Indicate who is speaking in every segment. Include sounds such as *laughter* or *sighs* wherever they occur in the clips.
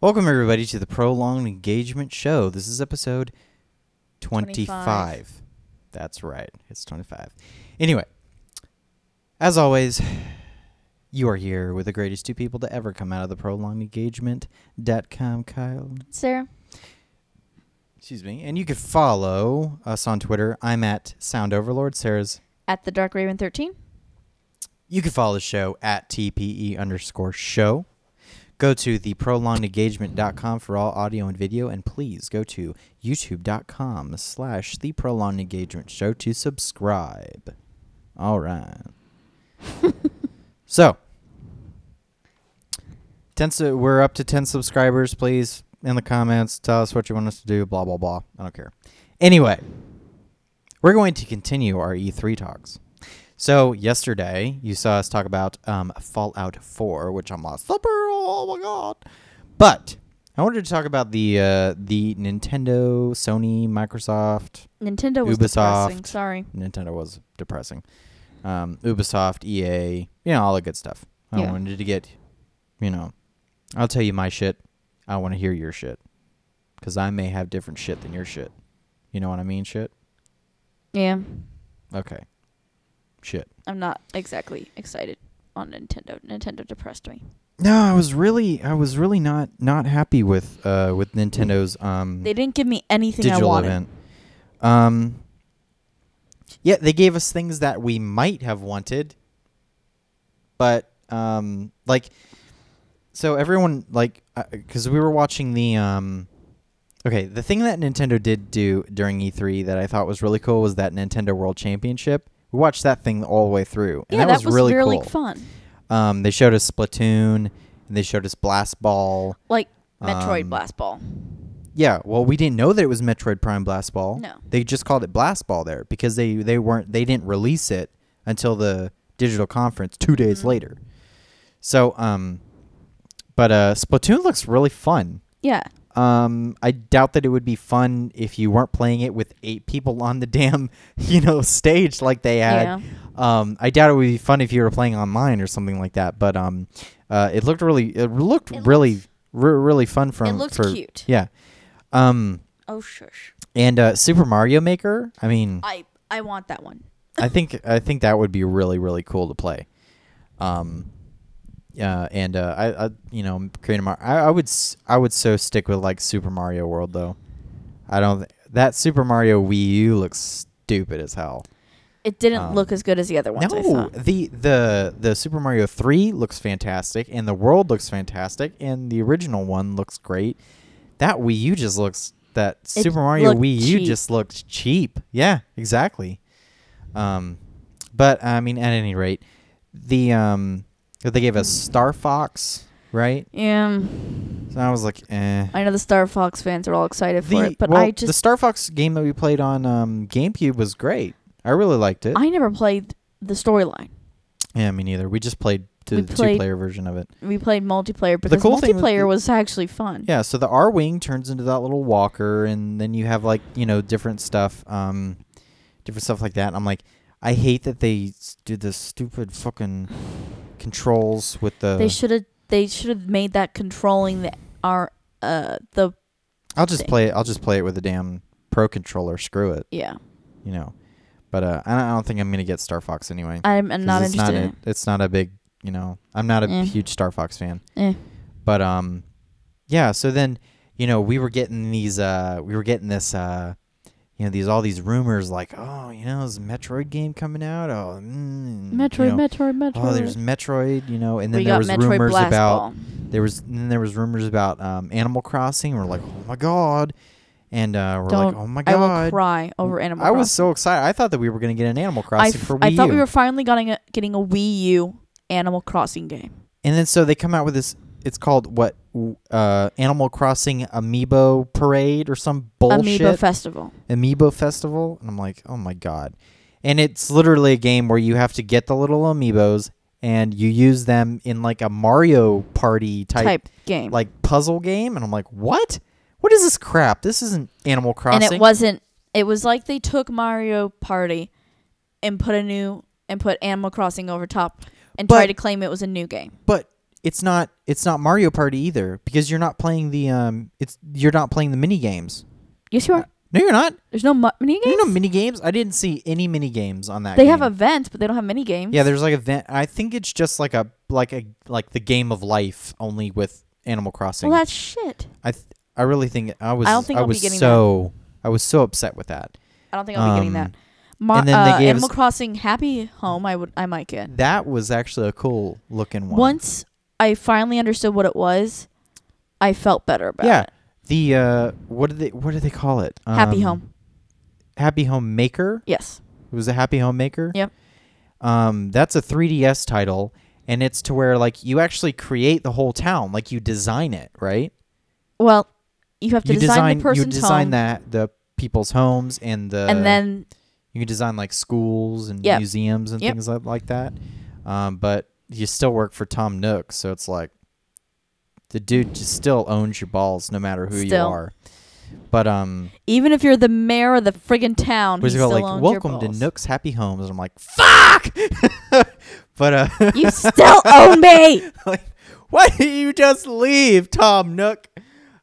Speaker 1: Welcome, everybody, to the Prolonged Engagement Show. This is episode 25.
Speaker 2: 25.
Speaker 1: That's right, it's 25. Anyway, as always, you are here with the greatest two people to ever come out of the prolonged engagement.com, Kyle.
Speaker 2: Sarah.
Speaker 1: Excuse me. And you can follow us on Twitter. I'm at Sound Overlord. Sarah's.
Speaker 2: At the Dark Raven 13.
Speaker 1: You can follow the show at TPE underscore show. Go to the prolongedengagement.com for all audio and video, and please go to youtube.com slash the prolonged engagement show to subscribe. All right. so, ten su- we're up to 10 subscribers. Please, in the comments, tell us what you want us to do, blah, blah, blah. I don't care. Anyway, we're going to continue our E3 talks. So yesterday, you saw us talk about um, Fallout 4, which I'm lost supper. Oh my god! But I wanted to talk about the uh, the Nintendo, Sony, Microsoft.
Speaker 2: *laughs* Nintendo was depressing.
Speaker 1: Ubisoft.
Speaker 2: Sorry.
Speaker 1: Nintendo was depressing. Um, Ubisoft, EA, you know all the good stuff. I
Speaker 2: Yeah.
Speaker 1: wanted to get, you know, I'll tell you my shit. I want to hear your shit because I may have different shit than your shit. You know what I mean? Shit.
Speaker 2: Yeah.
Speaker 1: Okay. Shit.
Speaker 2: I'm not exactly excited on Nintendo. Nintendo depressed me.
Speaker 1: No, I was really, I was really not not happy with uh with Nintendo's um
Speaker 2: They didn't give me anything I
Speaker 1: digital
Speaker 2: wanted.
Speaker 1: event. Um, yeah, they gave us things that we might have wanted, but um, like, so everyone like, because we were watching the um, okay, the thing that Nintendo did do during E3 that I thought was really cool was that Nintendo World Championship. We watched that thing all the way through, and
Speaker 2: yeah,
Speaker 1: that, was, really, cool.
Speaker 2: fun.
Speaker 1: Um, they showed us Splatoon, and they showed us Blast Ball.
Speaker 2: Like Metroid
Speaker 1: Um,
Speaker 2: Blast Ball.
Speaker 1: Yeah, well, we didn't know that it was Metroid Prime Blast Ball.
Speaker 2: No.
Speaker 1: they just called it Blast Ball there because they they weren't they didn't release it until the digital conference two days later. So, um, but uh, Splatoon looks really fun.
Speaker 2: Yeah.
Speaker 1: Um, I doubt that it would be fun if you weren't playing it with eight people on the *laughs* damn you know stage like they had.
Speaker 2: Yeah.
Speaker 1: Um, I doubt it would be fun if you were playing online or something like that. But um, uh, it looked really it looked
Speaker 2: It
Speaker 1: really re- really fun from
Speaker 2: looked
Speaker 1: for-
Speaker 2: cute.
Speaker 1: Yeah. Um,
Speaker 2: Oh shush.
Speaker 1: and uh, Super Mario Maker. I mean,
Speaker 2: I I want that one.
Speaker 1: I think I think that would be really really cool to play. Um, uh, and uh, I, I you know create a Mar- I, I would s- I would so stick with like Super Mario World though. I don't th- that Super Mario Wii U looks stupid as hell.
Speaker 2: It didn't
Speaker 1: Um,
Speaker 2: look as good as the other ones I
Speaker 1: No,
Speaker 2: thought.
Speaker 1: the the the Super Mario Three looks fantastic, and the world looks fantastic, and the original one looks great. That Wii U just looks that Super Mario
Speaker 2: looked
Speaker 1: Wii U
Speaker 2: cheap.
Speaker 1: just looks cheap. Yeah, exactly. Um, but I mean, at any rate, the um, they gave us Star Fox, right?
Speaker 2: Yeah.
Speaker 1: So I was like, eh.
Speaker 2: I know the Star Fox fans are all excited for
Speaker 1: The-
Speaker 2: it, but
Speaker 1: well,
Speaker 2: I
Speaker 1: the
Speaker 2: just
Speaker 1: Star Fox game that we played on um, GameCube was great. I really liked it.
Speaker 2: I never played the storyline.
Speaker 1: yeah, me neither. We just played to
Speaker 2: We
Speaker 1: the
Speaker 2: played-
Speaker 1: two-player version of it.
Speaker 2: We played multiplayer because
Speaker 1: cool thing with
Speaker 2: multiplayer
Speaker 1: the-
Speaker 2: was actually fun.
Speaker 1: Yeah, so the R wing turns into that little walker, and then you have like you know different stuff, um, different stuff like that. And I'm like, I hate that they s- did the stupid fucking controls with the.
Speaker 2: They should have they should have made that controlling the our uh the
Speaker 1: I'll just play it. I'll just play it with a damn pro controller. Screw it,
Speaker 2: yeah.
Speaker 1: you know. But uh, I don't- I don't think I'm gonna get Star Fox anyway.
Speaker 2: I'm, I'm
Speaker 1: 'Cause
Speaker 2: not
Speaker 1: it's
Speaker 2: interested
Speaker 1: Not
Speaker 2: in
Speaker 1: a,
Speaker 2: it.
Speaker 1: It's not a big, you know. I'm not a
Speaker 2: Eh.
Speaker 1: huge Star Fox fan.
Speaker 2: Eh.
Speaker 1: But um, yeah. So then, you know, we were getting these. Uh, we were getting this. Uh, you know, these all these rumors like, oh, you know, is Metroid game coming out? Oh, mm, you
Speaker 2: Metroid,
Speaker 1: know,
Speaker 2: Metroid, Metroid.
Speaker 1: Oh, there's Metroid. You know, and then
Speaker 2: we
Speaker 1: there
Speaker 2: got
Speaker 1: was
Speaker 2: Metroid
Speaker 1: rumors
Speaker 2: Blast
Speaker 1: about
Speaker 2: Ball.
Speaker 1: there was and then there was rumors about um, Animal Crossing. We're like, oh my god, and uh, we're
Speaker 2: Don't-
Speaker 1: like, oh my
Speaker 2: I will
Speaker 1: god.
Speaker 2: cry over Animal
Speaker 1: I was
Speaker 2: Crossing.
Speaker 1: so excited. I thought that we were going to get an Animal
Speaker 2: I,
Speaker 1: Crossing
Speaker 2: f-
Speaker 1: for Wii
Speaker 2: I thought
Speaker 1: U.
Speaker 2: we were finally getting a, getting a Wii U Animal Crossing game.
Speaker 1: And then so they come out with this. It's called what? w- Uh, Animal Crossing Amiibo Parade or some bullshit.
Speaker 2: Amiibo Festival.
Speaker 1: Amiibo Festival. And I'm like, oh my god. And it's literally a game where you have to get the little amiibos and you use them in like a Mario Party type,
Speaker 2: Type, game.
Speaker 1: like puzzle game. And I'm like, what? What is this crap? This isn't Animal Crossing.
Speaker 2: and it wasn't it was like they took Mario Party and put a new and put Animal Crossing over top and
Speaker 1: But-
Speaker 2: try to claim it was a new game.
Speaker 1: But it's not it's not Mario Party either because you're not playing the um it's you're not playing the mini games.
Speaker 2: Yes, you are.
Speaker 1: No, you're not.
Speaker 2: There's no mu- mini games.
Speaker 1: You know mini games? I didn't see any mini games on that.
Speaker 2: they have
Speaker 1: game.
Speaker 2: events, but they don't have mini games.
Speaker 1: Yeah, there's like a vent. I think it's just like a like a like the game of life only with Animal Crossing.
Speaker 2: well, that's shit.
Speaker 1: I th- I really think I was I,
Speaker 2: I don't think I'll be
Speaker 1: was
Speaker 2: getting
Speaker 1: so I was so upset with that.
Speaker 2: I don't think I'll be getting that.
Speaker 1: Um,
Speaker 2: Mar-
Speaker 1: and then they
Speaker 2: uh,
Speaker 1: gave
Speaker 2: Animal
Speaker 1: us-
Speaker 2: Crossing Happy Home, I would, I might get.
Speaker 1: That was actually a cool looking one.
Speaker 2: Once I finally understood what it was, I felt better about
Speaker 1: yeah.
Speaker 2: it.
Speaker 1: The uh what do they what do they call it?
Speaker 2: Happy
Speaker 1: Um,
Speaker 2: Home.
Speaker 1: Happy Home Maker?
Speaker 2: Yes.
Speaker 1: It was a Happy Homemaker.
Speaker 2: Yep.
Speaker 1: Um, that's a 3DS title, and it's to where like you actually create the whole town, like you design it, right?
Speaker 2: Well, you have to
Speaker 1: you
Speaker 2: design,
Speaker 1: design
Speaker 2: the person's
Speaker 1: you design
Speaker 2: home,
Speaker 1: that uh, the people's homes and the
Speaker 2: and then
Speaker 1: you can design like schools and
Speaker 2: Yep.
Speaker 1: museums and
Speaker 2: Yep.
Speaker 1: things like, like that. Um, but you still work for Tom Nook, so it's like the dude just still owns your balls no matter who
Speaker 2: Still.
Speaker 1: you are. But um,
Speaker 2: even if you're the mayor of the friggin' town,
Speaker 1: was
Speaker 2: he
Speaker 1: it called,
Speaker 2: still
Speaker 1: like
Speaker 2: owns
Speaker 1: welcome
Speaker 2: your
Speaker 1: to
Speaker 2: balls.
Speaker 1: Nook's Happy Homes? And I'm like, fuck. *laughs* but uh, *laughs*
Speaker 2: You still own me.
Speaker 1: like, why did you just leave, Tom Nook?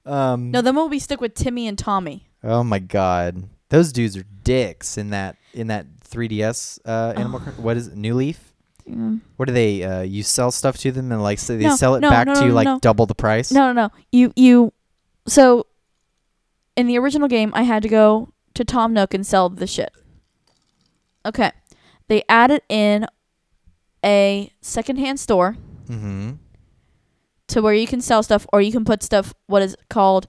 Speaker 1: Um,
Speaker 2: No, then we'll be stuck with Timmy and Tommy.
Speaker 1: oh my god, those dudes are dicks in that in that 3ds
Speaker 2: *sighs*
Speaker 1: uh, Animal. Cro- what is it? New Leaf? What do they? Uh, you sell stuff to them and like so they
Speaker 2: No,
Speaker 1: sell it
Speaker 2: no,
Speaker 1: back
Speaker 2: no,
Speaker 1: to
Speaker 2: no,
Speaker 1: you
Speaker 2: no,
Speaker 1: like
Speaker 2: no.
Speaker 1: double the price.
Speaker 2: No, no, no. You you so in the original game I had to go to Tom Nook and sell the shit. Okay. They added in a secondhand store
Speaker 1: Mm-hmm.
Speaker 2: to where you can sell stuff or you can put stuff what is called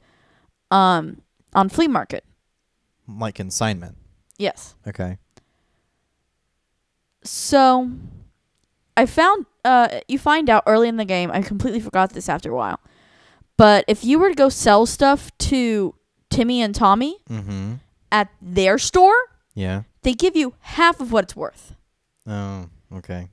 Speaker 2: um on flea market.
Speaker 1: Like consignment.
Speaker 2: Yes.
Speaker 1: Okay.
Speaker 2: So I found uh you find out early in the game, I completely forgot this after a while. But if you were to go sell stuff to Timmy and Tommy
Speaker 1: Mm-hmm.
Speaker 2: at their store,
Speaker 1: Yeah.
Speaker 2: they give you half of what it's worth.
Speaker 1: Oh. Okay.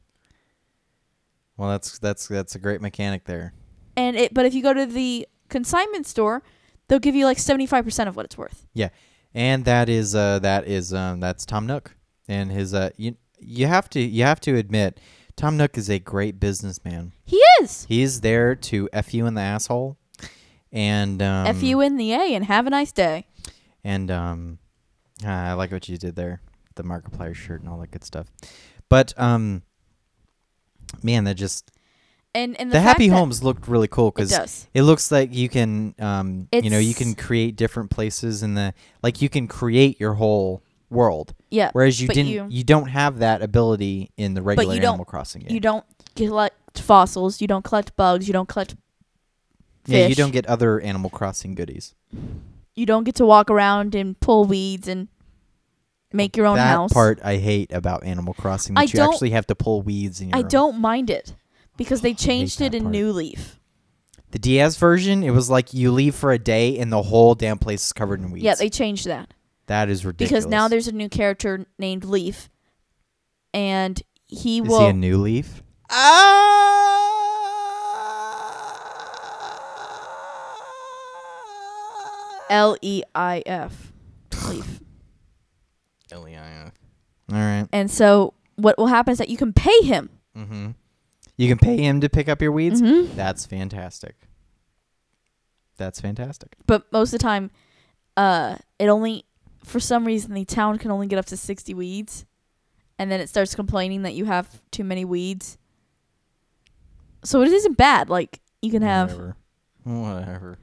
Speaker 1: Well, that's that's that's a great mechanic there.
Speaker 2: And it but if you go to the consignment store, they'll give you like 75% of what it's worth.
Speaker 1: Yeah, and that is uh, that is um, that's Tom Nook and his uh, you you have to you have to admit Tom Nook is a great businessman.
Speaker 2: He is.
Speaker 1: He's there to f you in the asshole, and um,
Speaker 2: F you in the A and have a nice day.
Speaker 1: and um, ah, I like what you did there, the Markiplier shirt and all that good stuff. But um, man, that just
Speaker 2: And and
Speaker 1: the,
Speaker 2: the, fact
Speaker 1: happy
Speaker 2: that
Speaker 1: homes looked really cool
Speaker 2: it
Speaker 1: because
Speaker 2: does.
Speaker 1: it looks like you can, um, you know, you can
Speaker 2: It's-
Speaker 1: create different places in the like you can create your whole world.
Speaker 2: Yeah.
Speaker 1: Whereas you
Speaker 2: but
Speaker 1: didn't, you,
Speaker 2: you-
Speaker 1: don't have that ability in the regular
Speaker 2: you don't-
Speaker 1: Animal Crossing game.
Speaker 2: You don't collect fossils, you don't collect bugs, you don't collect
Speaker 1: yeah, you
Speaker 2: fish.
Speaker 1: don't get other Animal Crossing goodies.
Speaker 2: you don't get to walk around and pull weeds and make your own
Speaker 1: that
Speaker 2: house.
Speaker 1: part I hate about Animal Crossing. That
Speaker 2: I
Speaker 1: you
Speaker 2: don't-
Speaker 1: actually have to pull weeds in your.
Speaker 2: I
Speaker 1: own-
Speaker 2: don't mind it because they changed it
Speaker 1: that
Speaker 2: in
Speaker 1: part.
Speaker 2: New Leaf.
Speaker 1: The DS version, it was like you leave for a day and the whole damn place is covered in weeds.
Speaker 2: Yeah, they changed that.
Speaker 1: that is ridiculous.
Speaker 2: because now there's a new character named Leaf, and he
Speaker 1: is
Speaker 2: will.
Speaker 1: he a new leaf?
Speaker 2: L E I F, Leaf.
Speaker 1: L E I F. All right.
Speaker 2: And so what will happen is that you can pay him.
Speaker 1: Mm-hmm. You can pay him to pick up your weeds.
Speaker 2: Mhm.
Speaker 1: That's fantastic. That's fantastic.
Speaker 2: But most of the time, uh, it only for some reason the town can only get up to sixty weeds, and then it starts complaining that you have too many weeds. So it isn't bad. Like you can have.
Speaker 1: Whatever. Whatever.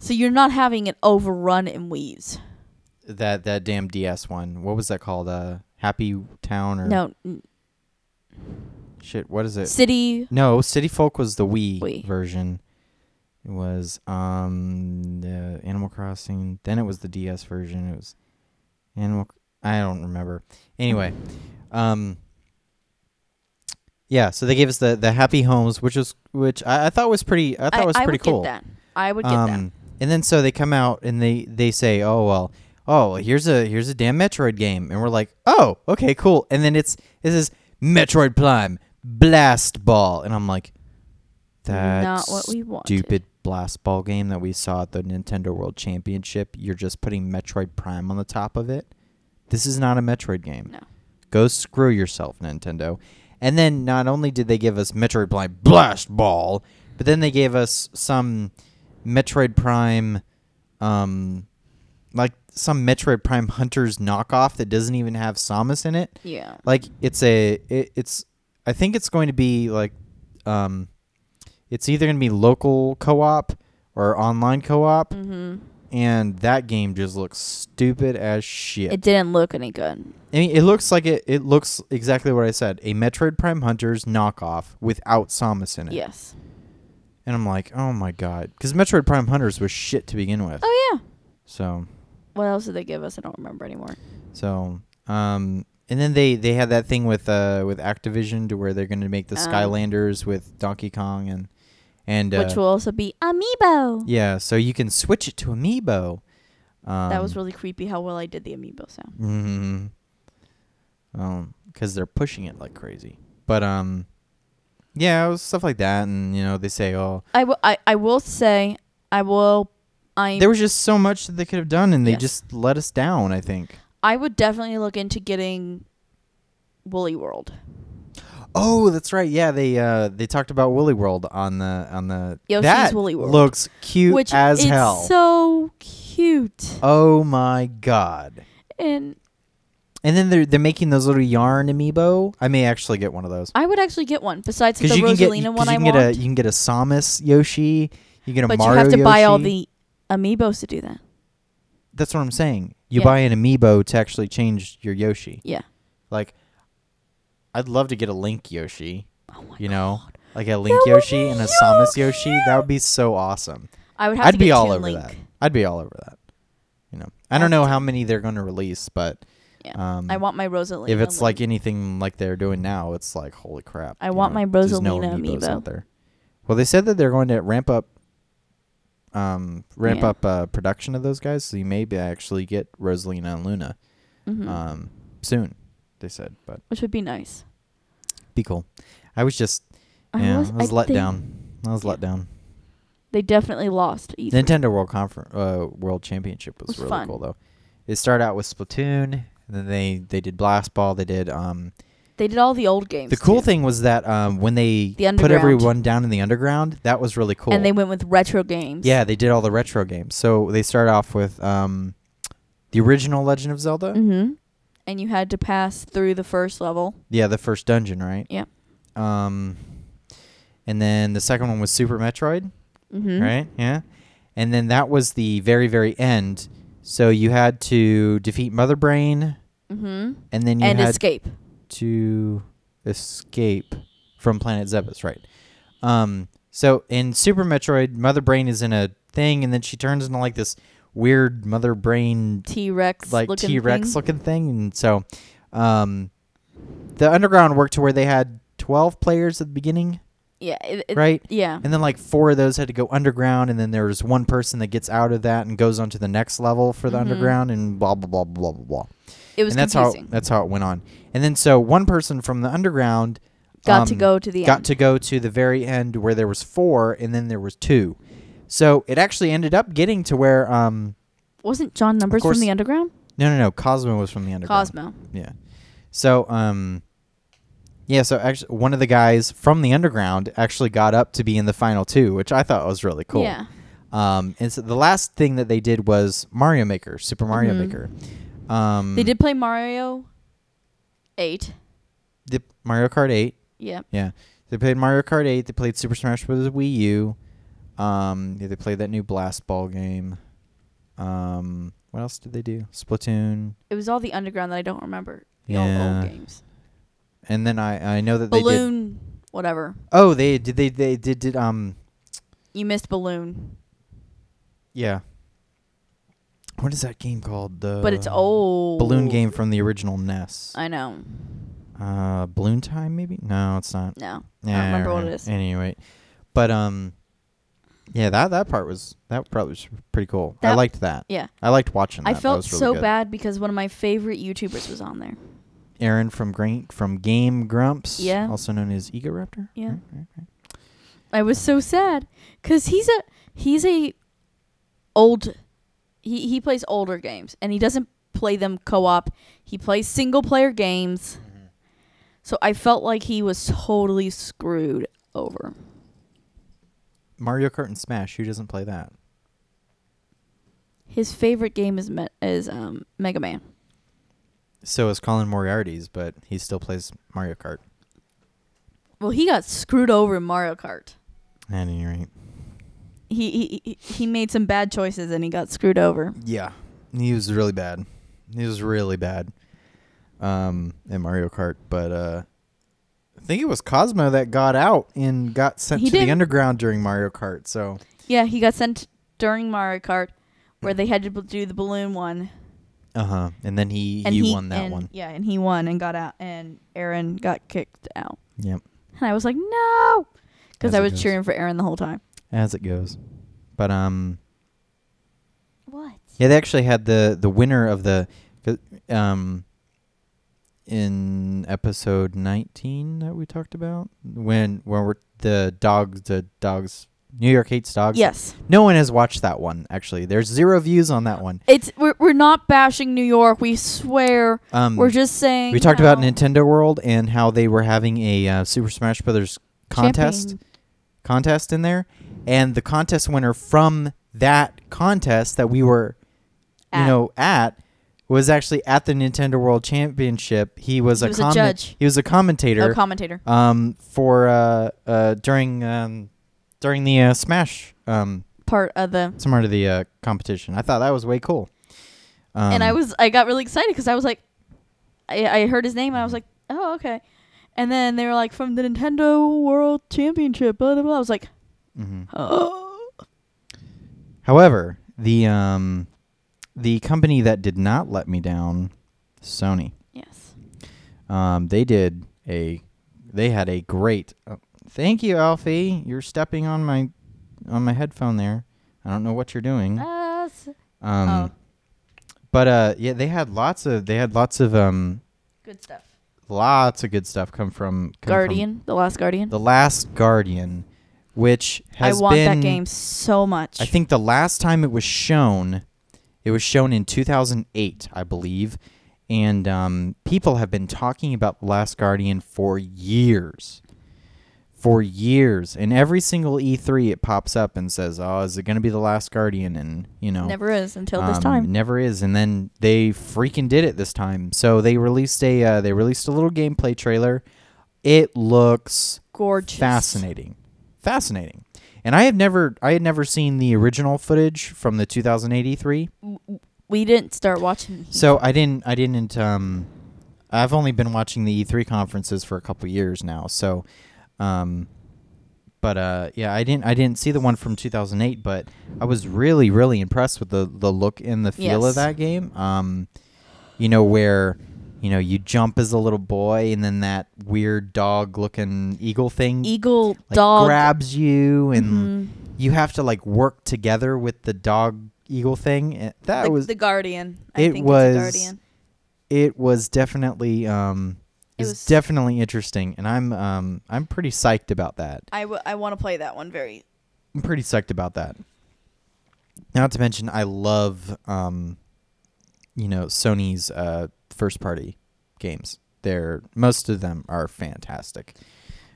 Speaker 2: So you're not having it overrun in weeds.
Speaker 1: That that damn DS one. What was that called? Uh, Happy Town or
Speaker 2: No, n-
Speaker 1: shit? What is it?
Speaker 2: city.
Speaker 1: no, City Folk was the Wii,
Speaker 2: Wii.
Speaker 1: version. It was um the Animal Crossing. Then it was the DS version. It was Animal. I don't remember. Anyway, um, yeah. So they gave us the the Happy Homes, which was which I, I thought was pretty. I thought was pretty
Speaker 2: would
Speaker 1: cool.
Speaker 2: Get that. I would get that.
Speaker 1: Um, And then so they come out and they they say, "Oh well, oh well, here's a here's a damn Metroid game," and we're like, "Oh, okay, cool." And then it's it says Metroid Prime Blast Ball, and I'm like, Um, "That
Speaker 2: Not what we wanted."
Speaker 1: stupid blast ball game that we saw at the Nintendo World Championship. You're just putting Metroid Prime on the top of it. This is not a Metroid game.
Speaker 2: No.
Speaker 1: Go screw yourself, Nintendo. And then not only did they give us Metroid Prime Blast Ball, but then they gave us some Metroid Prime, um, like some Metroid Prime Hunters knockoff that doesn't even have Samus in it.
Speaker 2: Yeah.
Speaker 1: Like it's a it, it's I think it's going to be like um it's either going to be local co-op or online co-op
Speaker 2: hmm
Speaker 1: and that game just looks stupid as shit.
Speaker 2: It didn't look any good.
Speaker 1: I mean, it looks like it it looks exactly what I said, a Metroid Prime Hunters knockoff without Samus in it.
Speaker 2: Yes.
Speaker 1: And I'm like, "Oh my god." Cuz Metroid Prime Hunters was shit to begin with.
Speaker 2: Oh yeah.
Speaker 1: So
Speaker 2: What else did they give us? I don't remember anymore.
Speaker 1: So, um, and then they they had that thing with uh with Activision to where they're going to make the
Speaker 2: Um,
Speaker 1: Skylanders with Donkey Kong and and uh,
Speaker 2: Which will also be Amiibo.
Speaker 1: yeah, so you can switch it to Amiibo. Um,
Speaker 2: that was really creepy how well I did the Amiibo sound.
Speaker 1: mm because mm-hmm. Um, they're pushing it like crazy. But um, yeah, it was stuff like that, and you know they say, oh,
Speaker 2: I wi- I- I will say, I will. I
Speaker 1: there was just so much that they could have done, and they
Speaker 2: Yes.
Speaker 1: just let us down. I think.
Speaker 2: I would definitely look into getting Woolly World.
Speaker 1: Oh, that's right. Yeah, they uh they talked about Woolly World on the on the
Speaker 2: Yoshi's
Speaker 1: that
Speaker 2: Woolly World.
Speaker 1: looks cute
Speaker 2: which
Speaker 1: as
Speaker 2: it's
Speaker 1: hell.
Speaker 2: so cute.
Speaker 1: oh my god!
Speaker 2: and
Speaker 1: And then they're they're making those little yarn amiibo. I may actually get one of those
Speaker 2: I would actually get one besides the
Speaker 1: because you can get
Speaker 2: Rosalina
Speaker 1: you, 'cause
Speaker 2: one
Speaker 1: you
Speaker 2: I
Speaker 1: can get a
Speaker 2: want.
Speaker 1: you can get a Samus Yoshi. You get a
Speaker 2: but
Speaker 1: Mario
Speaker 2: you have to buy all
Speaker 1: Yoshi.
Speaker 2: the Amiibos to do that.
Speaker 1: That's what I'm saying. You
Speaker 2: Yeah.
Speaker 1: buy an amiibo to actually change your Yoshi.
Speaker 2: Yeah.
Speaker 1: Like, I'd love to get a Link Yoshi.
Speaker 2: Oh my
Speaker 1: You
Speaker 2: God.
Speaker 1: know, like a Link
Speaker 2: would
Speaker 1: Yoshi
Speaker 2: be
Speaker 1: and a
Speaker 2: so
Speaker 1: Samus Yoshi. That
Speaker 2: cute.
Speaker 1: would be so awesome.
Speaker 2: I would have to
Speaker 1: I'd
Speaker 2: get
Speaker 1: be all
Speaker 2: Toon
Speaker 1: over
Speaker 2: Link.
Speaker 1: that. I'd be all over that. You know, I don't
Speaker 2: I'd
Speaker 1: know
Speaker 2: do-
Speaker 1: how many they're going to release, but
Speaker 2: Yeah.
Speaker 1: Um,
Speaker 2: I want my Rosalina.
Speaker 1: if it's like
Speaker 2: Link.
Speaker 1: anything like they're doing now, it's like holy crap.
Speaker 2: I
Speaker 1: you
Speaker 2: want my
Speaker 1: there's no
Speaker 2: Rosalina
Speaker 1: Amiibos
Speaker 2: amiibo.
Speaker 1: out there. Well, they said that they're going to ramp up, um, ramp
Speaker 2: Yeah.
Speaker 1: up uh, production of those guys, so you may be actually get Rosalina and Luna,
Speaker 2: Mhm.
Speaker 1: um, soon. They said, but
Speaker 2: which would be nice.
Speaker 1: be cool. I was just, yeah, I was, let
Speaker 2: think
Speaker 1: down. I was let
Speaker 2: yeah.
Speaker 1: down.
Speaker 2: They definitely lost. E E3.
Speaker 1: Nintendo World Confer- uh, World Championship was,
Speaker 2: Was
Speaker 1: really
Speaker 2: fun.
Speaker 1: cool though. It started out with Splatoon, and then they they did Blast Ball. They did um.
Speaker 2: They did all the old games.
Speaker 1: The cool
Speaker 2: too.
Speaker 1: thing was that um when they
Speaker 2: The
Speaker 1: put
Speaker 2: underground.
Speaker 1: everyone down in the underground, that was really cool.
Speaker 2: And they went with retro games.
Speaker 1: yeah, they did all the retro games. So they start off with um the original Legend of Zelda.
Speaker 2: Mm-hmm. And you had to pass through the first level.
Speaker 1: Yeah, the first dungeon, right?
Speaker 2: Yep.
Speaker 1: Um, and then the second one was Super Metroid.
Speaker 2: Mm-hmm.
Speaker 1: right? Yeah. And then that was the very, very end. So you had to defeat Mother Brain,
Speaker 2: Mm-hmm.
Speaker 1: and then you
Speaker 2: And
Speaker 1: had
Speaker 2: escape.
Speaker 1: to escape from Planet Zebus, right? Um, so in Super Metroid, Mother Brain is in a thing, and then she turns into like this weird Mother Brain
Speaker 2: T Rex.
Speaker 1: like T Rex looking thing, and so um, the underground worked to where they had twelve players at the beginning,
Speaker 2: Yeah. It, it-
Speaker 1: right?
Speaker 2: Yeah.
Speaker 1: And then like four of those had to go underground, and then there was one person that gets out of that and goes on to the next level for the
Speaker 2: Mhm.
Speaker 1: underground, and blah blah blah blah blah blah.
Speaker 2: It was
Speaker 1: and that's
Speaker 2: confusing.
Speaker 1: how that's how it went on. And then so one person from the underground
Speaker 2: got to
Speaker 1: um,
Speaker 2: go to the
Speaker 1: got
Speaker 2: end.
Speaker 1: to go to the very end where there was four, and then there was two. So it actually ended up getting to where um
Speaker 2: Wasn't John Numbers
Speaker 1: course-
Speaker 2: from the underground?
Speaker 1: no no no Cosmo was from the underground.
Speaker 2: Cosmo.
Speaker 1: Yeah. So, um, yeah. So actually, one of the guys from the underground actually got up to be in the final two, which I thought was really cool.
Speaker 2: Yeah.
Speaker 1: Um, and so the last thing that they did was Mario Maker, Super Mario
Speaker 2: Mhm.
Speaker 1: Maker. Um,
Speaker 2: They did play Mario 8.
Speaker 1: the Mario Kart Eight.
Speaker 2: Yeah.
Speaker 1: Yeah, they played Mario Kart Eight. They played Super Smash Bros. Wii U. Um, yeah, they played that new Blast Ball game. Um, what else did they do? Splatoon.
Speaker 2: It was all the underground that I don't remember. The
Speaker 1: Yeah.
Speaker 2: old, old games.
Speaker 1: And then I, I know that they did.
Speaker 2: Balloon, whatever.
Speaker 1: Oh, they did. They they did did um
Speaker 2: You missed Balloon.
Speaker 1: Yeah. What is that game called? The
Speaker 2: but it's old.
Speaker 1: Uh, balloon game from the original NES.
Speaker 2: I know.
Speaker 1: Uh, Balloon Time maybe? No, it's not.
Speaker 2: No.
Speaker 1: Yeah,
Speaker 2: remember what it is.
Speaker 1: Anyway, but um, yeah, that that part was that part was pretty cool. I
Speaker 2: That-
Speaker 1: liked that.
Speaker 2: Yeah.
Speaker 1: I liked watching. That.
Speaker 2: I
Speaker 1: That
Speaker 2: felt
Speaker 1: was really
Speaker 2: so
Speaker 1: good.
Speaker 2: bad because one of my favorite YouTubers was on there.
Speaker 1: Aaron from Green from Game Grumps.
Speaker 2: Yeah.
Speaker 1: Also known as Egoraptor.
Speaker 2: Yeah.
Speaker 1: Right, right, right.
Speaker 2: I was so sad cuz he's a he's a old he he plays older games and he doesn't play them co-op. He plays single player games. So I felt like he was totally screwed over.
Speaker 1: Mario Kart and Smash. Who doesn't play that?
Speaker 2: His favorite game is me- is um Mega Man.
Speaker 1: So is Colin Moriarty's, but he still plays Mario Kart.
Speaker 2: Well, he got screwed over in Mario Kart.
Speaker 1: At any rate.
Speaker 2: He he he- he made some bad choices and he got screwed over.
Speaker 1: Yeah, he was really bad. He was really bad um, in Mario Kart, but uh, I think it was Cosmo that got out and got sent
Speaker 2: He
Speaker 1: to
Speaker 2: did.
Speaker 1: the underground during Mario Kart. So
Speaker 2: Yeah, he got sent during Mario Kart where they had to b- do the balloon one.
Speaker 1: uh huh, and then he
Speaker 2: And
Speaker 1: he,
Speaker 2: he
Speaker 1: won that
Speaker 2: and-
Speaker 1: one.
Speaker 2: Yeah, and he won and got out and Aaron got kicked out.
Speaker 1: Yep,
Speaker 2: And I was like, "No!" Cuz
Speaker 1: As
Speaker 2: I
Speaker 1: it
Speaker 2: was
Speaker 1: goes.
Speaker 2: cheering for Aaron the whole time.
Speaker 1: as it goes. But um,
Speaker 2: What?
Speaker 1: yeah, they actually had the the winner of the um in episode nineteen that we talked about when when we're the dogs the dogs New York hates dogs.
Speaker 2: Yes.
Speaker 1: No one has watched that one. Actually, there's zero views on that one.
Speaker 2: It's we're, we're not bashing New York. We swear.
Speaker 1: Um,
Speaker 2: We're just saying
Speaker 1: we talked about
Speaker 2: how-
Speaker 1: Nintendo World and how they were having a uh, Super Smash Brothers contest
Speaker 2: Champion.
Speaker 1: contest in there, and the contest winner from that contest that we were,
Speaker 2: At.
Speaker 1: you know, at was actually at the Nintendo World Championship. He was
Speaker 2: He
Speaker 1: a
Speaker 2: was a
Speaker 1: comment-
Speaker 2: judge.
Speaker 1: He was a commentator.
Speaker 2: Oh, commentator.
Speaker 1: um, for uh, uh, during um, during the uh, Smash um
Speaker 2: Part of the
Speaker 1: some part of the uh, competition. I thought that was way cool. Um,
Speaker 2: and I was I got really excited because I was like, I, I heard his name and I was like, oh okay, and then they were like from the Nintendo World Championship, blah blah blah. I was like, *gasps*
Speaker 1: mhm.
Speaker 2: oh,
Speaker 1: However, the um, the company that did not let me down, Sony,
Speaker 2: yes,
Speaker 1: um, they did a, they had a great. oh, thank you, Alfie. You're stepping on my, on my headphone there. I don't know what you're doing.
Speaker 2: that's
Speaker 1: Um,
Speaker 2: Uh, oh,
Speaker 1: but uh, yeah, they had lots of they had lots of um,
Speaker 2: good stuff.
Speaker 1: lots of good stuff come from come from
Speaker 2: Guardian, the Last Guardian.
Speaker 1: the Last Guardian, which
Speaker 2: I
Speaker 1: has
Speaker 2: want that
Speaker 1: been-
Speaker 2: game so much.
Speaker 1: I think the last time it was shown, it was shown in 2008, I believe, and um, people have been talking about The Last Guardian for years, for years. And every single E3, it pops up and says, "Oh, is it going to be The Last Guardian?" And you know,
Speaker 2: never is until this
Speaker 1: um,
Speaker 2: time.
Speaker 1: Never is, and then they freaking did it this time. So they released a uh, they released a little gameplay trailer. It looks
Speaker 2: Gorgeous,
Speaker 1: fascinating fascinating and i had never i had never seen the original footage from the 2083
Speaker 2: We didn't start watching.
Speaker 1: so i didn't i didn't um i've only been watching the e3 conferences for a couple years now so um but uh yeah i didn't i didn't see the one from 2008 but i was really really impressed with the the look and the feel
Speaker 2: Yes.
Speaker 1: of that game um you know where you know you jump as a little boy and then that weird dog looking eagle thing
Speaker 2: Eagle
Speaker 1: like
Speaker 2: dog.
Speaker 1: grabs you and
Speaker 2: Mhm.
Speaker 1: you have to like work together with the dog eagle thing. Eh, That
Speaker 2: the,
Speaker 1: was
Speaker 2: the Guardian. I
Speaker 1: it
Speaker 2: think
Speaker 1: was-
Speaker 2: it's a Guardian.
Speaker 1: it was definitely um
Speaker 2: It
Speaker 1: it
Speaker 2: was-
Speaker 1: was definitely interesting and I'm um I'm pretty psyched about that.
Speaker 2: I, w- I want to play that one very
Speaker 1: I'm pretty psyched about that. Not to mention I love um you know Sony's uh first party games. They're most of them are fantastic.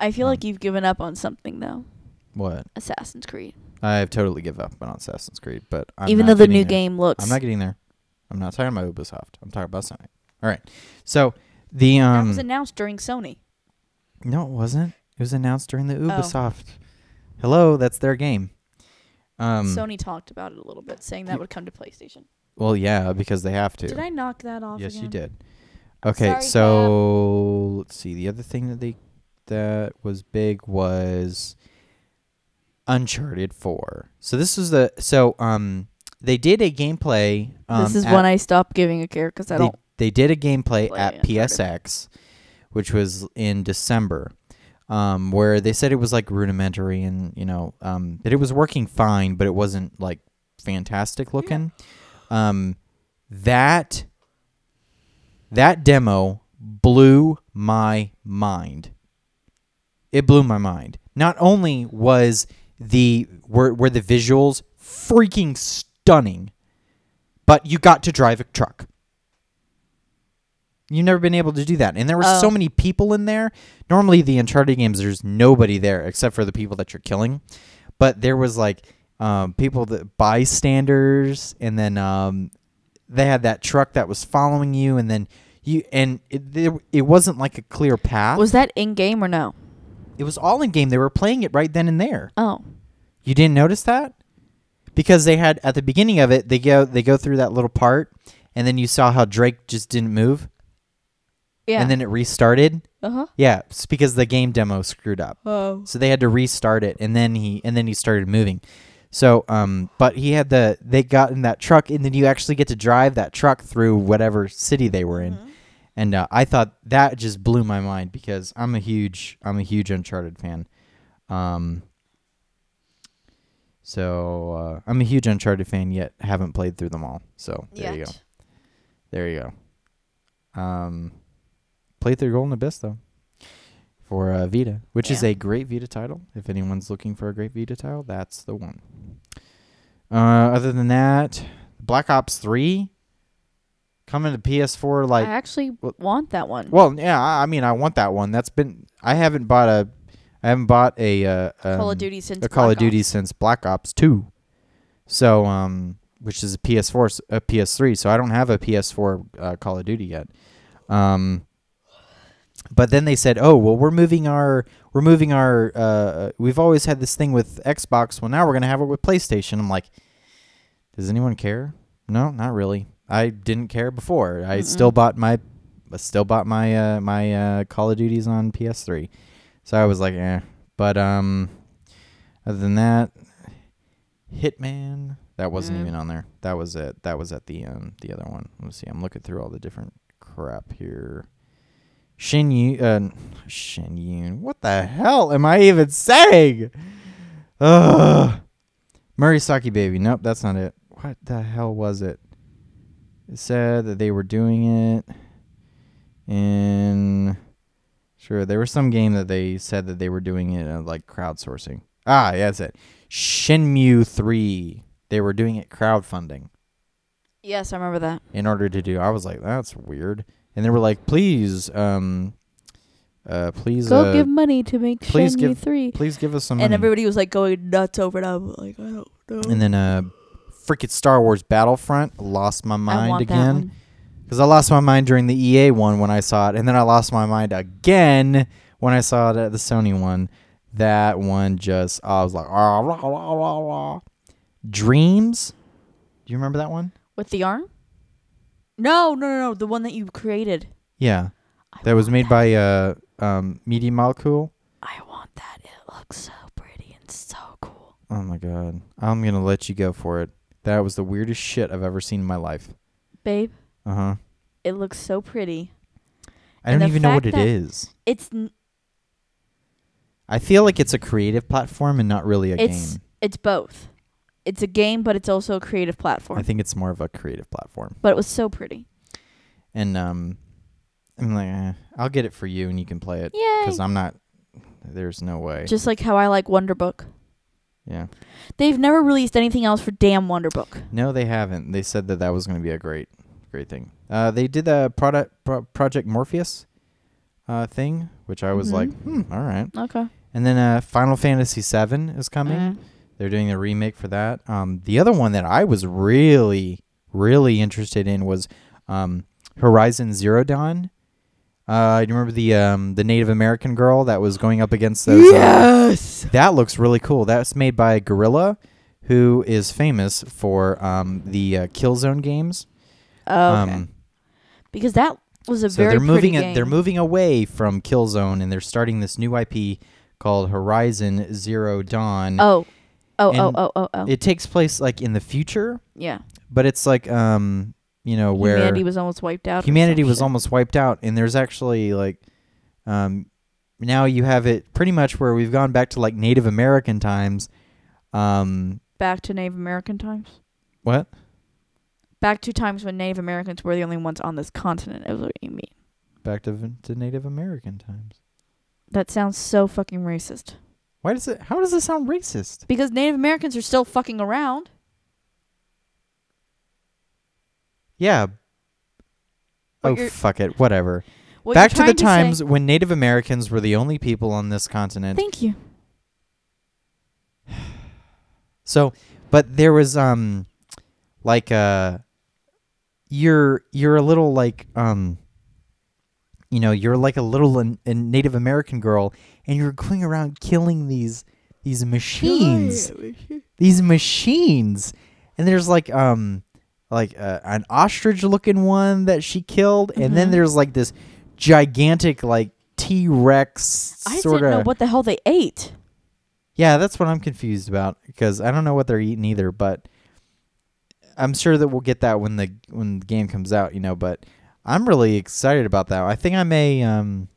Speaker 2: I feel
Speaker 1: Um,
Speaker 2: like you've given up on something though.
Speaker 1: What?
Speaker 2: Assassin's Creed.
Speaker 1: I've totally give up on Assassin's Creed, but I'm
Speaker 2: Even
Speaker 1: not
Speaker 2: though the
Speaker 1: getting
Speaker 2: new
Speaker 1: there.
Speaker 2: game looks
Speaker 1: I'm not getting there. I'm not talking about Ubisoft. I'm talking about Sony. All right. So the um
Speaker 2: that was announced during Sony.
Speaker 1: no, it wasn't. It was announced during the
Speaker 2: Oh.
Speaker 1: Ubisoft. Hello, that's their game. Um,
Speaker 2: Sony talked about it a little bit, saying that would come to PlayStation.
Speaker 1: Well, yeah, because they have to.
Speaker 2: Did I knock that off?
Speaker 1: yes, you
Speaker 2: again?
Speaker 1: did. Okay,
Speaker 2: sorry,
Speaker 1: so let's see. The other thing that they that was big was Uncharted Four. So this was the so um they did a gameplay. Um,
Speaker 2: this is
Speaker 1: at-
Speaker 2: when I stopped giving a care because I
Speaker 1: they,
Speaker 2: don't.
Speaker 1: they did a gameplay
Speaker 2: play
Speaker 1: at
Speaker 2: Uncharted.
Speaker 1: PSX, which was in December, um, where they said it was like rudimentary and you know um, that it was working fine, but it wasn't like fantastic looking. Um, that that demo blew my mind. It blew my mind. Not only was the were were the visuals freaking stunning, but you got to drive a truck You've never been able to do that. And there were so
Speaker 2: Oh.
Speaker 1: many people in there. Normally, the Uncharted games, there's nobody there except for the people that you're killing. But there was like um, people that bystanders, and then um, they had that truck that was following you, and then you and it, there, it wasn't like a clear path.
Speaker 2: Was that in game or no?
Speaker 1: it was all in game. They were playing it right then and there.
Speaker 2: Oh,
Speaker 1: You didn't notice that? Because they had at the beginning of it, they go they go through that little part and then you saw how Drake just didn't move
Speaker 2: yeah.
Speaker 1: and then it restarted.
Speaker 2: uh huh.
Speaker 1: Yeah, it's because the game demo screwed up.
Speaker 2: Oh.
Speaker 1: So they had to restart it and then he and then he started moving. So um but he had the they got in that truck and then you actually get to drive that truck through whatever city they were in. And uh, I thought that just blew my mind because I'm a huge I'm a huge Uncharted fan. Um so uh, I'm a huge Uncharted fan, yet haven't played through them all. So there you go. There you go. Um, played through Golden Abyss though for uh, Vita, which is
Speaker 2: Yeah.
Speaker 1: a great Vita title. If anyone's looking for a great Vita title, that's the one. Uh, other than that, Black Ops Three coming to PS4 like
Speaker 2: I actually
Speaker 1: well-
Speaker 2: want that one.
Speaker 1: well, yeah. I I mean, I want that one. That's been I haven't bought a I haven't bought a uh,
Speaker 2: Call
Speaker 1: um,
Speaker 2: of Duty since
Speaker 1: a Call
Speaker 2: Black
Speaker 1: of Duty
Speaker 2: Ops.
Speaker 1: since Black Ops Two, so um, which is a PS4, s- a PS3. So I don't have a PS4 uh, Call of Duty yet. Um, but then they said, "Oh, well, we're moving our we're moving our uh, we've always had this thing with Xbox. Well, now we're gonna have it with PlayStation." I'm like, "Does anyone care? No, not really. I didn't care before. I
Speaker 2: Mm-mm.
Speaker 1: still bought my I still bought my uh, my uh, Call of Duties on PS3, so I was like, eh. But um, other than that, Hitman that wasn't
Speaker 2: Mm.
Speaker 1: even on there. That was it. That was at the um the other one. Let me see. I'm looking through all the different crap here. Shin Yun, uh, Shin Yun. What the hell am I even saying? Ugh. Murasaki Baby. Nope, that's not it. What the hell was it? It said that they were doing it in. Sure, there was some game that they said that they were doing it uh, like crowdsourcing. Ah, yeah, that's it. Shenmue 3. They were doing it crowdfunding
Speaker 2: Yes, I remember that.
Speaker 1: in order to do. I was like, that's weird. And they were like, please, um, uh, please,
Speaker 2: Go
Speaker 1: uh,
Speaker 2: give money to make
Speaker 1: please
Speaker 2: Shenmue
Speaker 1: give-
Speaker 2: three.
Speaker 1: please give us some
Speaker 2: And
Speaker 1: money.
Speaker 2: everybody was like going nuts over it. I was like, I don't know.
Speaker 1: and then, uh, freaking Star Wars Battlefront lost my
Speaker 2: I
Speaker 1: mind
Speaker 2: want That
Speaker 1: again
Speaker 2: one.
Speaker 1: because I lost my mind during the EA one when I saw it, and then I lost my mind again when I saw it at the Sony one. That one just, I was like, ah, rah, rah, rah, rah. dreams. Do you remember that one?
Speaker 2: With the arm? No, no, no, no. The one that you created.
Speaker 1: Yeah,
Speaker 2: I
Speaker 1: that was
Speaker 2: want
Speaker 1: made by uh, um, Media Molecule.
Speaker 2: I want that. It looks so pretty and so cool.
Speaker 1: Oh my god. I'm gonna let you go for it. That was the weirdest shit I've ever seen in my life.
Speaker 2: Babe,
Speaker 1: Uh huh.
Speaker 2: it looks so pretty.
Speaker 1: I
Speaker 2: And
Speaker 1: don't
Speaker 2: the
Speaker 1: even know what it
Speaker 2: fact that-
Speaker 1: is.
Speaker 2: It's n-
Speaker 1: I feel like it's a creative platform and not really a
Speaker 2: it's
Speaker 1: game.
Speaker 2: it's both. It's a game, but it's also a creative platform.
Speaker 1: I think it's more of a creative platform.
Speaker 2: but it was so pretty.
Speaker 1: And um, I'm like, eh, I'll get it for you and you can play it
Speaker 2: Yay!
Speaker 1: because I'm not. There's no way.
Speaker 2: Just like how I like Wonder Book.
Speaker 1: yeah.
Speaker 2: They've never released anything else for damn Wonder Book.
Speaker 1: No, they haven't. They said that that was going to be a great, great thing. Uh, they did the product pro- Project Morpheus, uh, thing, which I was
Speaker 2: Mhm.
Speaker 1: like, hmm, all right.
Speaker 2: Okay.
Speaker 1: And then uh, Final Fantasy VII is coming. They're doing a remake for that. Um, the other one that I was really, really interested in was um, Horizon Zero Dawn. Uh, you remember the um, the Native American girl that was going up against those? uh,
Speaker 2: yes.
Speaker 1: that looks really cool. That's made by Gorilla, who is famous for um, the uh, Killzone games.
Speaker 2: Oh, okay.
Speaker 1: Um,
Speaker 2: because that was a
Speaker 1: so
Speaker 2: very
Speaker 1: they're moving
Speaker 2: pretty
Speaker 1: a-
Speaker 2: game.
Speaker 1: they're moving away from Killzone and they're starting this new IP called Horizon Zero Dawn.
Speaker 2: Oh, oh, oh,
Speaker 1: And
Speaker 2: oh, oh, oh.
Speaker 1: It takes place like in the future,
Speaker 2: yeah.
Speaker 1: but it's like um you know where
Speaker 2: humanity was almost wiped out. or
Speaker 1: humanity
Speaker 2: some
Speaker 1: was
Speaker 2: shit.
Speaker 1: almost wiped out and there's actually like um now you have it pretty much where we've gone back to like Native American times. Um
Speaker 2: back to Native American times.
Speaker 1: what?
Speaker 2: Back to times when Native Americans were the only ones on this continent. Is what you mean.
Speaker 1: Back to, to Native American times.
Speaker 2: That sounds so fucking racist.
Speaker 1: Why does it how does this sound racist?
Speaker 2: Because Native Americans are still fucking around.
Speaker 1: Yeah.
Speaker 2: What
Speaker 1: oh
Speaker 2: you're-
Speaker 1: fuck it, whatever.
Speaker 2: What
Speaker 1: Back
Speaker 2: you're
Speaker 1: to the
Speaker 2: trying say-
Speaker 1: times when Native Americans were the only people on this continent.
Speaker 2: Thank you.
Speaker 1: So, but there was um, like uh, you're you're a little like um, you know, you're like a little an, a Native American girl, and you're going around killing these these machines, these machines, and there's like um, like uh, an ostrich looking one that she killed, and then
Speaker 2: Mhm.
Speaker 1: there's like this gigantic like T Rex
Speaker 2: I just
Speaker 1: sort
Speaker 2: didn't know
Speaker 1: of.
Speaker 2: what the hell they ate.
Speaker 1: Yeah, that's what I'm confused about because I don't know what they're eating either, but I'm sure that we'll get that when the when the game comes out, you know, but I'm really excited about that. I think I may um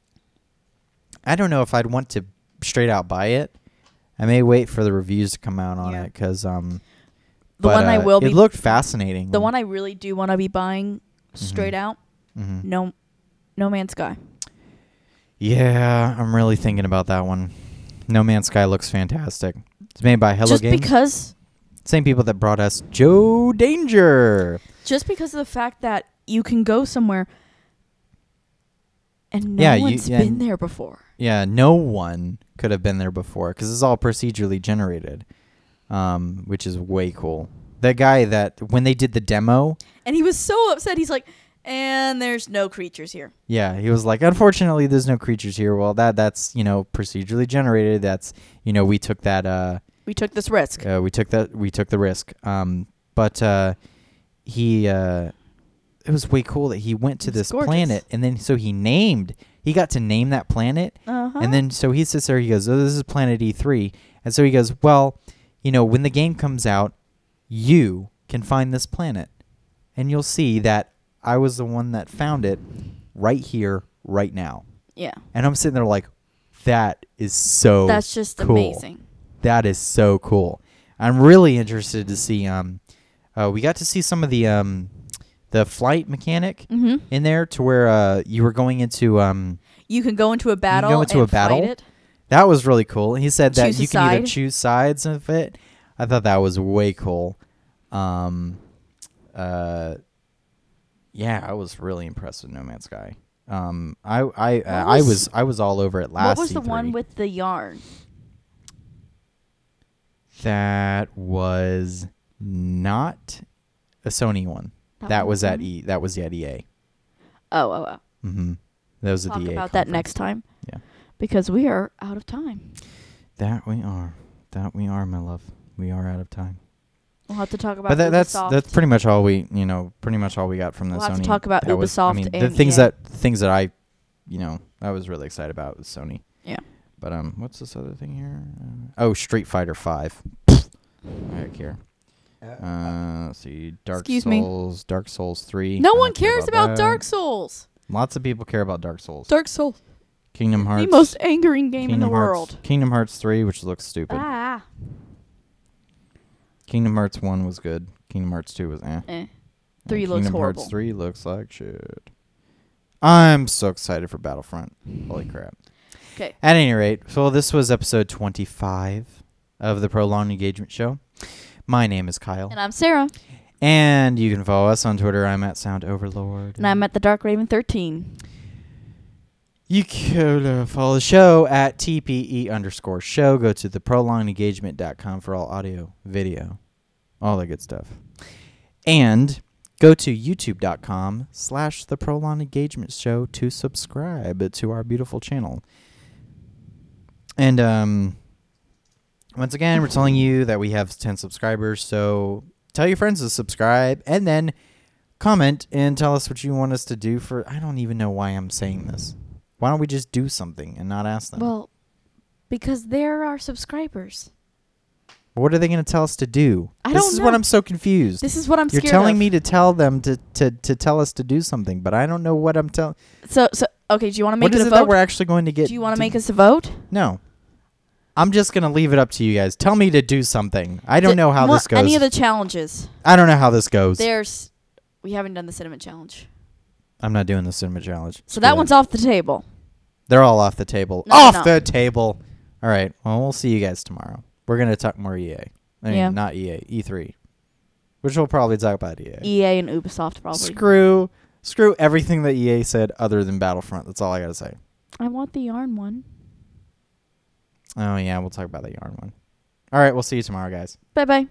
Speaker 1: I don't know if I'd want to straight out buy it. I may wait for the reviews to come out on
Speaker 2: Yeah.
Speaker 1: it cuz um
Speaker 2: The
Speaker 1: but,
Speaker 2: one I
Speaker 1: uh,
Speaker 2: will
Speaker 1: It
Speaker 2: be
Speaker 1: looked fascinating.
Speaker 2: the one I really do want to be buying straight out.
Speaker 1: Mhm.
Speaker 2: No No Man's Sky.
Speaker 1: Yeah, I'm really thinking about that one. No Man's Sky looks fantastic. It's made by Hello
Speaker 2: just
Speaker 1: Games.
Speaker 2: because
Speaker 1: Same people that brought us Joe Danger.
Speaker 2: just because of the fact that you can go somewhere and no
Speaker 1: Yeah, you-
Speaker 2: one's
Speaker 1: yeah,
Speaker 2: been
Speaker 1: and-
Speaker 2: there before.
Speaker 1: Yeah, no one could have been there before because it's all procedurally generated, um, which is way cool. That guy that when they did the demo,
Speaker 2: And he was so upset. He's like, and there's no creatures here.
Speaker 1: yeah, he was like, "Unfortunately, there's no creatures here." Well, that that's you know procedurally generated. That's you know we took that uh,
Speaker 2: We took this risk.
Speaker 1: uh we took that we took the risk. Um, but uh, he uh, it was way cool that he went to
Speaker 2: It was
Speaker 1: this
Speaker 2: gorgeous.
Speaker 1: planet and then so he named he got to name that planet
Speaker 2: Uh-huh.
Speaker 1: And then so he sits there, he goes, Oh, this is Planet E3. And so he goes, Well, you know, when the game comes out, you can find this planet. And you'll see that I was the one that found it right here, right now.
Speaker 2: yeah,
Speaker 1: And I'm sitting there like, That is so
Speaker 2: that's just
Speaker 1: Oh, cool.
Speaker 2: amazing.
Speaker 1: That is so cool. I'm really interested to see um uh, we got to see some of the um the flight mechanic
Speaker 2: hmm
Speaker 1: in there to where uh you were going into um
Speaker 2: You can go into a battle.
Speaker 1: into a
Speaker 2: and fight
Speaker 1: battle?
Speaker 2: It.
Speaker 1: That was really cool. He said that
Speaker 2: Choose a
Speaker 1: you can either
Speaker 2: side.
Speaker 1: choose sides of it. I thought that was way cool. Um, uh, yeah, I was really impressed with No Man's Sky. Um, I I uh, I
Speaker 2: was-
Speaker 1: was I was all over it last. E
Speaker 2: What was the one
Speaker 1: E3.
Speaker 2: with the yarn?
Speaker 1: that was not a Sony one? That, was at
Speaker 2: one?
Speaker 1: E. That was at EA.
Speaker 2: Oh, oh, oh.
Speaker 1: Mm-hmm. That was at
Speaker 2: Talk
Speaker 1: the EA.
Speaker 2: about that
Speaker 1: conference.
Speaker 2: next time.
Speaker 1: Yeah.
Speaker 2: Because we are out of time.
Speaker 1: That we are. That we are, my love. We are out of time.
Speaker 2: We'll have to talk about.
Speaker 1: but that, that's
Speaker 2: Ubisoft.
Speaker 1: that's pretty much all we you know pretty much all we got from the
Speaker 2: We'll have
Speaker 1: Sony.
Speaker 2: to talk about
Speaker 1: that was- I
Speaker 2: Ubisoft
Speaker 1: mean, the
Speaker 2: and E
Speaker 1: things
Speaker 2: EA.
Speaker 1: that things that I, you know, I was really excited about was Sony.
Speaker 2: Yeah.
Speaker 1: But um, what's this other thing here? Uh, oh, Street Fighter Five. I don't care. Uh, let's see, Dark
Speaker 2: Excuse me.
Speaker 1: Souls, Dark Souls Three. I
Speaker 2: No
Speaker 1: don't
Speaker 2: one
Speaker 1: care
Speaker 2: cares about,
Speaker 1: that.
Speaker 2: Dark Souls.
Speaker 1: Lots of people care about Dark Souls.
Speaker 2: Dark Souls,
Speaker 1: Kingdom Hearts.
Speaker 2: the most angering game
Speaker 1: Kingdom
Speaker 2: in the
Speaker 1: Hearts,
Speaker 2: world.
Speaker 1: Kingdom Hearts Three, which looks stupid.
Speaker 2: Ah.
Speaker 1: Kingdom Hearts One was good. Kingdom Hearts Two was eh.
Speaker 2: Eh.
Speaker 1: And
Speaker 2: Three looks
Speaker 1: Kingdom
Speaker 2: horrible.
Speaker 1: Hearts three looks like shit. I'm so excited for Battlefront. Holy crap!
Speaker 2: 'Kay.
Speaker 1: At any rate, so this was episode 25 of the Prolonged Engagement Show. My name is Kyle,
Speaker 2: And I'm Sarah,
Speaker 1: and you can follow us on Twitter. I'm at Sound Overlord.
Speaker 2: and I'm at the Dark Raven 13.
Speaker 1: You can uh, follow the show at TPE underscore show. Go to theprolongedengagement.com for all audio, video, all that good stuff. And go to youtube.com slash the prolonged engagement show to subscribe to our beautiful channel. And um, once again, we're telling you that we have 10 subscribers. So tell your friends to subscribe and then comment and tell us what you want us to do for. I don't even know why I'm saying this. Why don't we just do something and not ask them?
Speaker 2: Well, because they're our subscribers.
Speaker 1: what are they going to tell us to do?
Speaker 2: I
Speaker 1: this
Speaker 2: don't
Speaker 1: is what
Speaker 2: know.
Speaker 1: I'm so confused.
Speaker 2: This is what I'm
Speaker 1: You're
Speaker 2: scared
Speaker 1: telling
Speaker 2: of.
Speaker 1: me to tell them to, to, to tell us to do something, but I don't know what I'm telling.
Speaker 2: So, so okay. Do you want to
Speaker 1: What
Speaker 2: make
Speaker 1: is it
Speaker 2: it a
Speaker 1: that we're
Speaker 2: vote?
Speaker 1: actually going to get?
Speaker 2: Do you want to make us a vote?
Speaker 1: No. I'm just going to leave it up to you guys. Tell me to do something. I don't
Speaker 2: Do-
Speaker 1: know how
Speaker 2: want
Speaker 1: this goes.
Speaker 2: Any of the challenges?
Speaker 1: I don't know how this goes.
Speaker 2: There's. We haven't done the cinnamon challenge,
Speaker 1: I'm not doing the cinema challenge.
Speaker 2: so
Speaker 1: Screw
Speaker 2: that one's off the table.
Speaker 1: They're all off the table.
Speaker 2: No,
Speaker 1: off
Speaker 2: no.
Speaker 1: the table. All right. Well, we'll see you guys tomorrow. We're gonna talk more EA. I mean, E
Speaker 2: Yeah.
Speaker 1: not EA. E3, which we'll probably talk about EA.
Speaker 2: EA and Ubisoft E probably.
Speaker 1: Screw Screw everything that EA said other than Battlefront. That's all I gotta say.
Speaker 2: I want the yarn one.
Speaker 1: Oh yeah, we'll talk about the yarn one. All right, we'll see you tomorrow, guys.
Speaker 2: Bye bye.